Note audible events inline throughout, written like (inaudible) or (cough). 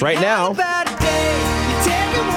right now.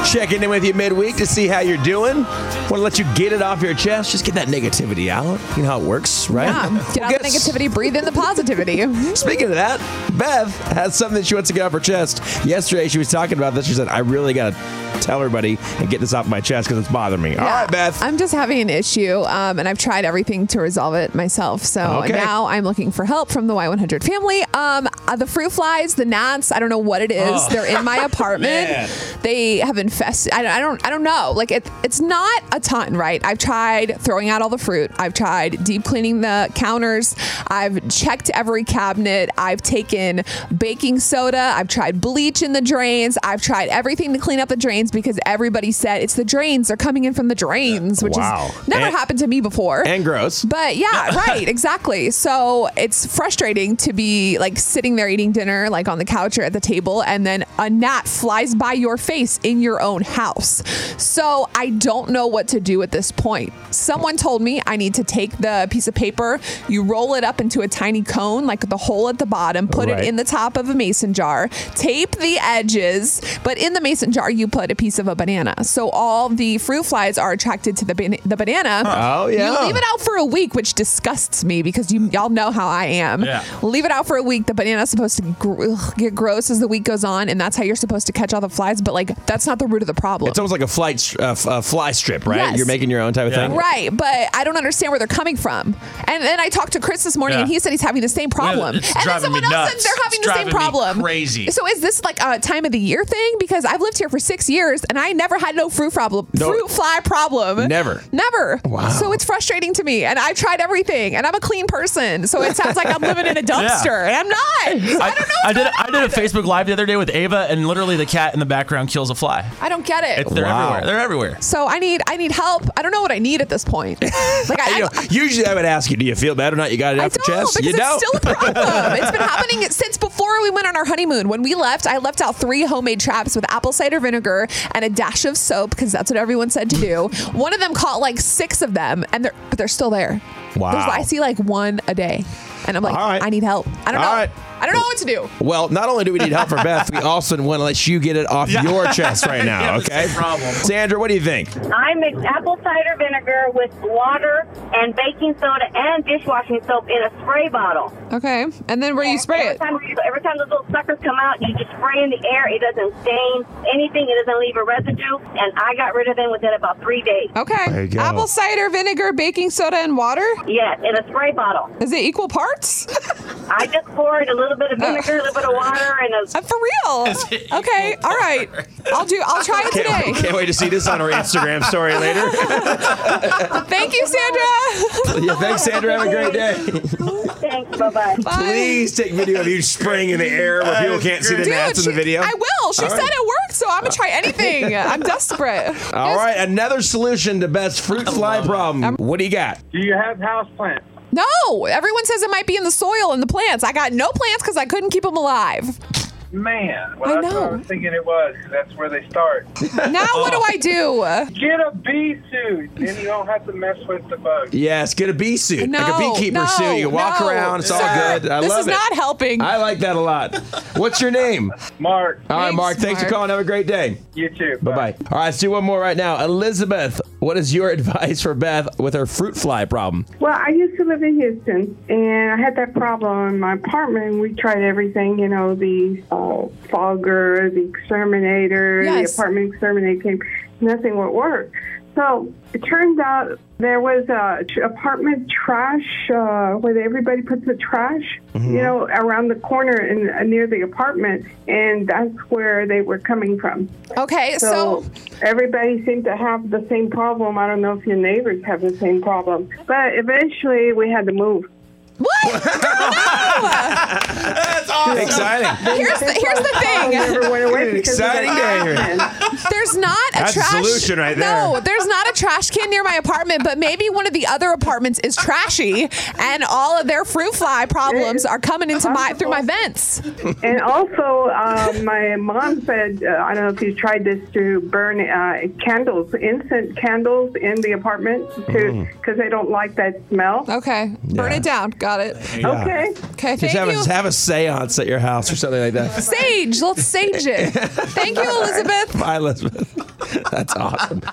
Checking in with you midweek to see how you're doing. Want to let you get it off your chest. Just get that negativity out. You know how it works, right? (laughs) Yeah, get Well, out the guess- negativity, breathe in (laughs) the positivity. Speaking of that, Bev has something that she wants to get off her chest. Yesterday, she was talking about this. She said, I really got to tell everybody and get this off my chest because it's bothering me. All right, Beth. I'm just having an issue, um, and I've tried everything to resolve it myself. So Okay. now I'm looking for help from the Y100 family. Um, uh, the fruit flies, the gnats, I don't know what it is. Oh. They're (laughs) in my apartment. Man. they have infested. I don't, I don't, I don't know. Like it, it's not a ton, right? I've tried throwing out all the fruit. I've tried deep cleaning the counters. I've checked every cabinet. I've taken baking soda. I've tried bleach in the drains. I've tried everything to clean up the drains because everybody said it's the drains. They're coming in from the drains, which Wow. has never And- happened to me before. And gross. But yeah, (laughs) right, exactly. So it's frustrating to be like sitting there eating dinner, like on the couch or at the table, and then a gnat flies by your face in your own house. So I don't know what to do at this point. Someone told me I need to take the piece of paper, you roll it up into a tiny cone, like the hole at the bottom, put Right. it in the top of a mason jar, tape the edges, but in the mason jar, you put a piece of a banana. So all the fruit flies are attracted to the, ban- the banana. Oh, yeah. You leave it out for a week, which disgusts me because you y'all know how I am. Yeah. Leave it out for a week. The banana's supposed to gr- ugh, get gross as the week goes on, and that's how you're supposed to catch all the flies. But like, that's not the root of the problem. It's almost like a flight, str- uh, f- uh, fly strip, right? Yes. You're making your own type of Yeah. thing. Right, but I don't understand where they're coming from. And then I talked to Chris this morning, Yeah. and he said he's having the same problem. it's and then driving me someone else nuts. said they're having It's the same driving me problem. crazy. So is this like a time of the year thing? Because I've lived here for six years, and I never had no fruit problem, No. fruit fly problem. Never. never. Wow. So it's frustrating to me, and I've tried everything, and I'm a clean person. So it sounds like I'm living (laughs) in a dumpster, and I'm not. I, don't know. I did. I did a Facebook Live the other day with Ava, and literally the cat in the background kills a fly. I don't get it. It's, they're Wow. everywhere. They're everywhere. so I need I need help. I don't know what I need at this (laughs) point. Like I, You know, I- usually I would ask you, do you feel better or not? You got it I off don't your chest? because You it's don't. still a problem. it's been happening (laughs) since before we went on our honeymoon. When we left, I left out three homemade traps with apple cider vinegar and a dash of soap because that's what everyone said (laughs) to do. One of them caught like six of them, and they're but they're still there. Wow. There's- I see like one a day, and I'm like, All right. I need help. I don't All know. right. I don't know what to do. Well, not only do we need help for Beth, we also want to let you get it off your chest right now, (laughs) Yeah, it's okay? a problem. Sandra, what do you think? I mix apple cider vinegar with water and baking soda and dishwashing soap in a spray bottle. Okay, and then where do you spray every it? Time, every time those little suckers come out, you just spray in the air. It doesn't stain anything. It doesn't leave a residue. And I got rid of them within about three days. Okay, There you go. apple cider vinegar, baking soda, and water. Yes, in a spray bottle. Is it equal parts? (laughs) I just poured a little bit Oh. of vinegar, a little bit of water, and a (laughs) Uh, For real? Okay. All right. I'll do. I'll try it today. (laughs) Can't, can't wait to see this on our Instagram story later. Thank you, (laughs) Sandra. yeah, thanks, Sandra. Have a great day. thanks. Bye bye. Bye. Please take video of you spraying in the air where people can't see the Dude, gnats in the she- video. I will. She All said right. Uh, it worked, so I'm gonna try (laughs) anything. I'm desperate. All right, another solution to best fruit fly problem. What do you got? Do you have house plants? No, everyone says it might be in the soil and the plants. I got no plants because I couldn't keep them alive. Man, I well, that's what know. I was thinking it was. 'cause That's where they start. Now what do I (laughs) do? Get a bee suit, then you don't have to mess with the bugs. Yes, get a bee suit, No, like a beekeeper no, suit. You walk no. around, it's all Sir, good. I this love is it. not helping. I like that a lot. What's your name? Mark, All right, Thanks, Mark. Thanks for Mark. calling. Have a great day. you too. Bye bye. All right, let's do one more right now. Elizabeth, what is your (laughs) advice for Beth with her fruit fly problem? Well, I used to live in Houston, and I had that problem in my apartment. We tried everything, you know, the uh, fogger, the exterminator, Yes. the apartment exterminator came. Nothing would work. So it turns out there was a tr- apartment trash uh, where everybody puts the trash, you know, around the corner and uh, near the apartment, and that's where they were coming from. Okay, so, So everybody seemed to have the same problem. I don't know if your neighbors have the same problem, but eventually we had to move. (laughs) what? Exciting. Here's the, here's the I thing. never went away An (laughs) because of exciting that day. happened. There's not a That's the trash solution right No, there. there's not a trash can near my apartment, but maybe one of the other apartments is trashy, and all of their fruit fly problems are coming into my through my vents. And also, uh, my mom said, uh, I don't know if you tried this to burn uh, candles, incense candles in the apartment Mm. because they don't like that smell. Okay, burn Yeah. it down. Got it. Yeah. Okay. Okay, thank Just have you. a, have a seance at your house or something like that. (laughs) sage, let's sage it. Thank you, Elizabeth. Bye, Elizabeth. (laughs) That's awesome.